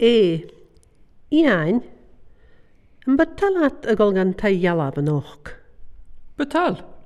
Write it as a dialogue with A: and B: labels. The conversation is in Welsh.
A: Ee, iään. Yn bytalat y golgan tai ialab yn och.
B: Betal?